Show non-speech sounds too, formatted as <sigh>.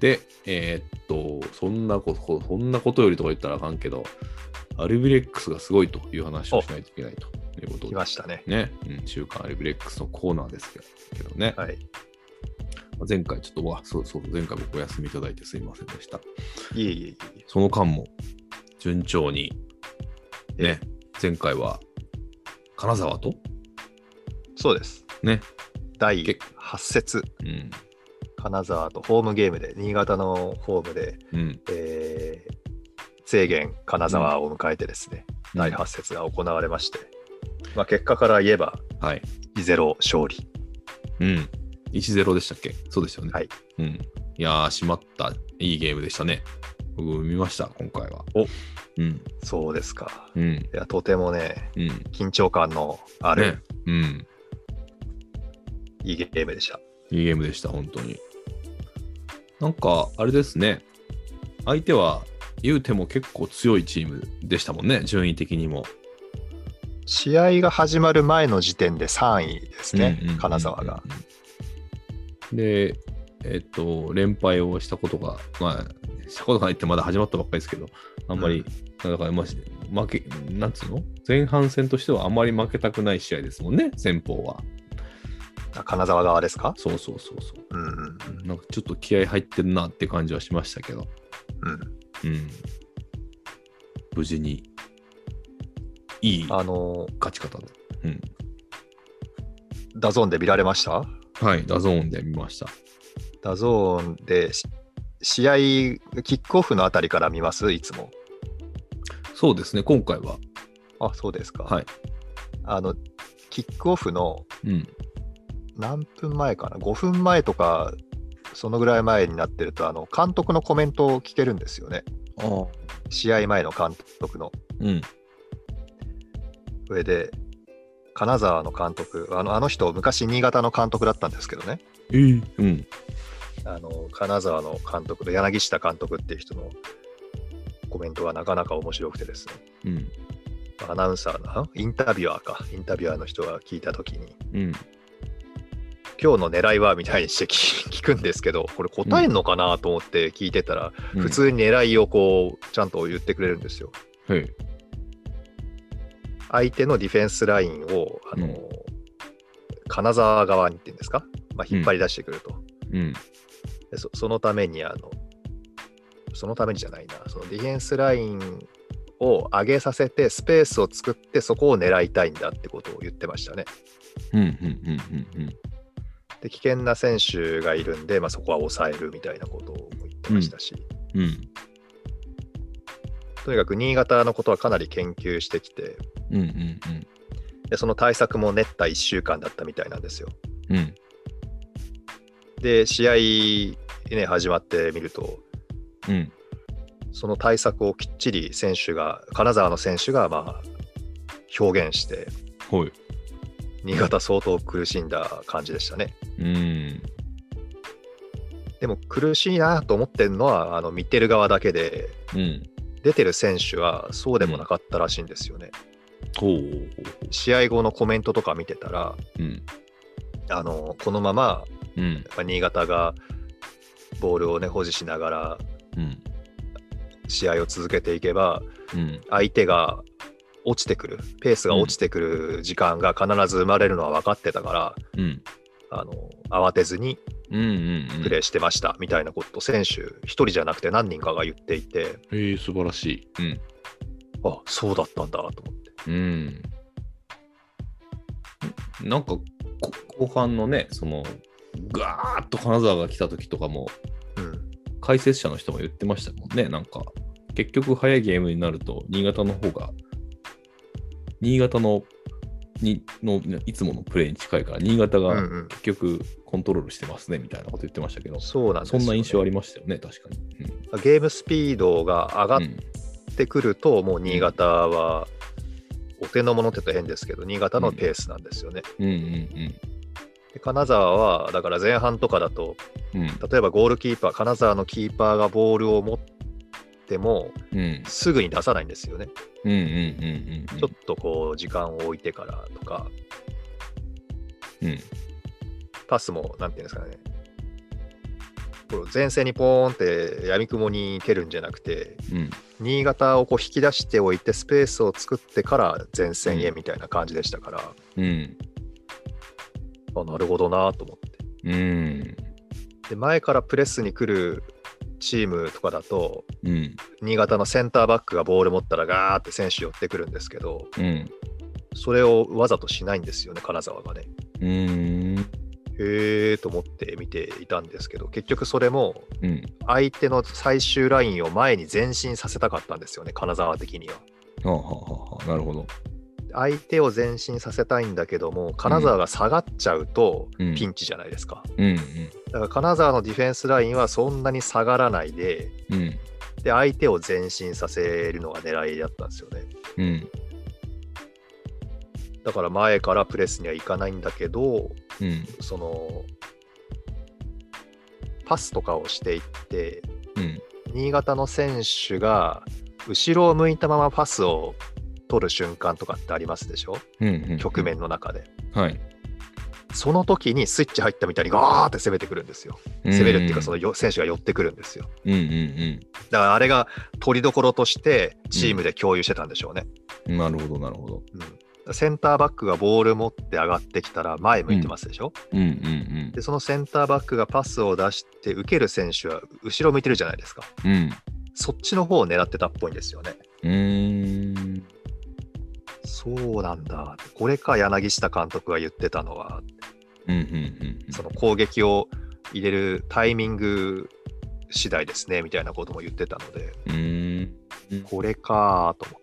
で、えーっと、そんなこと、そんなことよりとか言ったらあかんけど、アルビレックスがすごいという話をしないといけないということ来でましたね。ね、うん、週刊アルビレックスのコーナーですけどね、はい。前回ちょっと、わ、そうそう、前回僕お休みいただいてすいませんでした。いえいえいえ。その間も順調に、ね、前回は金沢と、そうです。ね。第け8節、うん、金沢とホームゲームで、新潟のホームで、うん、えー、制限金沢を迎えてですね、第8節が行われまして、まあ、結果から言えば、はい、 2-0勝利。うん、1-0でしたっけそうですよね。はい。うん、いやー、しまった、いいゲームでしたね。僕見ました、今回は。おうん、そうですか。うん、いや、とてもね、うん、緊張感のある、ね、うん、いいゲームでした。いいゲームでした、本当に。なんか、あれですね、相手は、言うても結構強いチームでしたもんね、順位的にも。試合が始まる前の時点で3位ですね、うんうんうんうん金沢が。。で、えっと、連敗をしたことが、まあ、したことがないってまだ始まったばっかりですけど、あんまり、だから、まあ、負け、なんつうの前半戦としてはあまり負けたくない試合ですもんね、先方は。あ金沢側ですかそうそうそうそう。うんうんなんかちょっと気合入ってるなって感じはしましたけど、うん。うん。無事に、いい勝あの、ち方で。うん。ダゾーンで見られましたはい、ダゾーンで見ました。ダゾーンでし試合、キックオフのあたりから見ますいつも。そうですね、今回は。あ、そうですか。はい。あの、キックオフのうん。何分前かな ?5 分前とか、そのぐらい前になってると、あの、監督のコメントを聞けるんですよね。ああ。試合前の監督の。うん。上で金沢の監督あのあの人昔新潟の監督だったんですけどねええうん。あの金沢の監督の柳下監督っていう人のコメントがなかなか面白くてですねうん。アナウンサーのあインタビュアーかインタビュアーの人が聞いた時にうん。 「今日の狙いは?」みたいにして <laughs> 聞聞くんですけどこれ答えんのかなと思って聞いてたら、普。通に狙いをこうちゃんと言ってくれるんですよ。はい。相手のディフェンスラインをあの、うん金沢側にっていうんですか、まあ、引っ張り出してくると。うん。でそそのためにあの、そのためにじゃないな、そのディフェンスラインを上げさせて、スペースを作って、そこを狙いたいんだってことを言ってましたね。うん。うん。うん。うん。で、危険な選手がいるんで、まあ、そこは抑えるみたいなことを言ってましたし、うん。うん。とにかく新潟のことはかなり研究してきて、うん。うん。でその対策も練った1週間だったみたいなんですよ。うん。で、試合、ね、始まってみると、うん。その対策をきっちり選手が、金沢の選手が、まあ、表現して、はい。新潟相当苦しんだ感じでしたね。うん。でも苦しいなと思ってるのはあの見てる側だけでうん。出てる選手はそうでもなかったらしいんですよね。ほう。試合後のコメントとか見てたらうん。あのこのままうん。やっぱ新潟がボールを、ね、保持しながらうん。試合を続けていけばうん。相手が落ちてくるペースが落ちてくる時間が必ず生まれるのは分かってたから、うん。あの慌てずにうん。うん。プレーしてましたみたいなこと選手1人じゃなくて何人かが言っていて。ええ、素晴らしい。うん。あそうだったんだと思って。うん。なんか、こ後半のね、その、ガーッと金沢が来た時とかも、うん、解説者の人も言ってましたもんね、なんか、結局早いゲームになると、新潟の方が、新潟のにのいつものプレーに近いから、新潟うんがうん結局コントロールしてますねみたいなこと言ってましたけど、そうなんですそんよねな印象ありましたよね、確かに。ゲームスピードが上がうっんてくると、もう新潟はお手の物って言うと変ですけど新潟のペースなんですよね、うんうんで金沢はだから前半とかだとうんうん例えばゴールキーパー金沢のキーパーがボールを持ってもうんすぐに出さないんですよね、うんうんうんうんちょっとこう時間を置いてからとかうんパスもなんていうんですかねこれを前線にポーンって闇雲に蹴るんじゃなくてうん。新潟をこう引き出しておいてスペースを作ってから前線へみたいな感じでしたから、うん。あなるほどなと思ってうん。で前からプレスに来るチームとかだとうん。新潟のセンターバックがボール持ったらガーって選手寄ってくるんですけどうん。それをわざとしないんですよね金沢がね。うん。へーと思って見ていたんですけど結局それもうん。相手の最終ラインを前に前進させたかったんですよね金沢的には。はあ、はあはあはあ、なるほど。相手を前進させたいんだけども金沢が下がっちゃうとうんピンチじゃないですか、うん。だから金沢のディフェンスラインはそんなに下がらないでうん。で相手を前進させるのが狙いだったんですよねうん。だから前からプレスにはいかないんだけどうん。そのパスとかをしていってうん。新潟の選手が後ろを向いたままパスを取る瞬間とかってありますでしょうん。うん。局。面の中ではい。その時にスイッチ入ったみたいにガーって攻めてくるんですよ。攻めるっていうか、そのよ選手が寄ってくるんですよ。うんうんだからあれが取りどころとしてチームで共有してたんでしょうね。うん。なるほど、なるほど。うんセンターバックがボール持って上がってきたら前向いてますでしょ、うんうんでそのセンターバックがパスを出して受ける選手は後ろ向いてるじゃないですかうん。うん。そっちの方を狙ってたっぽいんですよねうーん。そうなんだこれか柳下監督が言ってたのはうんうんうんうん。その攻撃を入れるタイミング次第ですねみたいなことも言ってたのでうーん。これかと思っ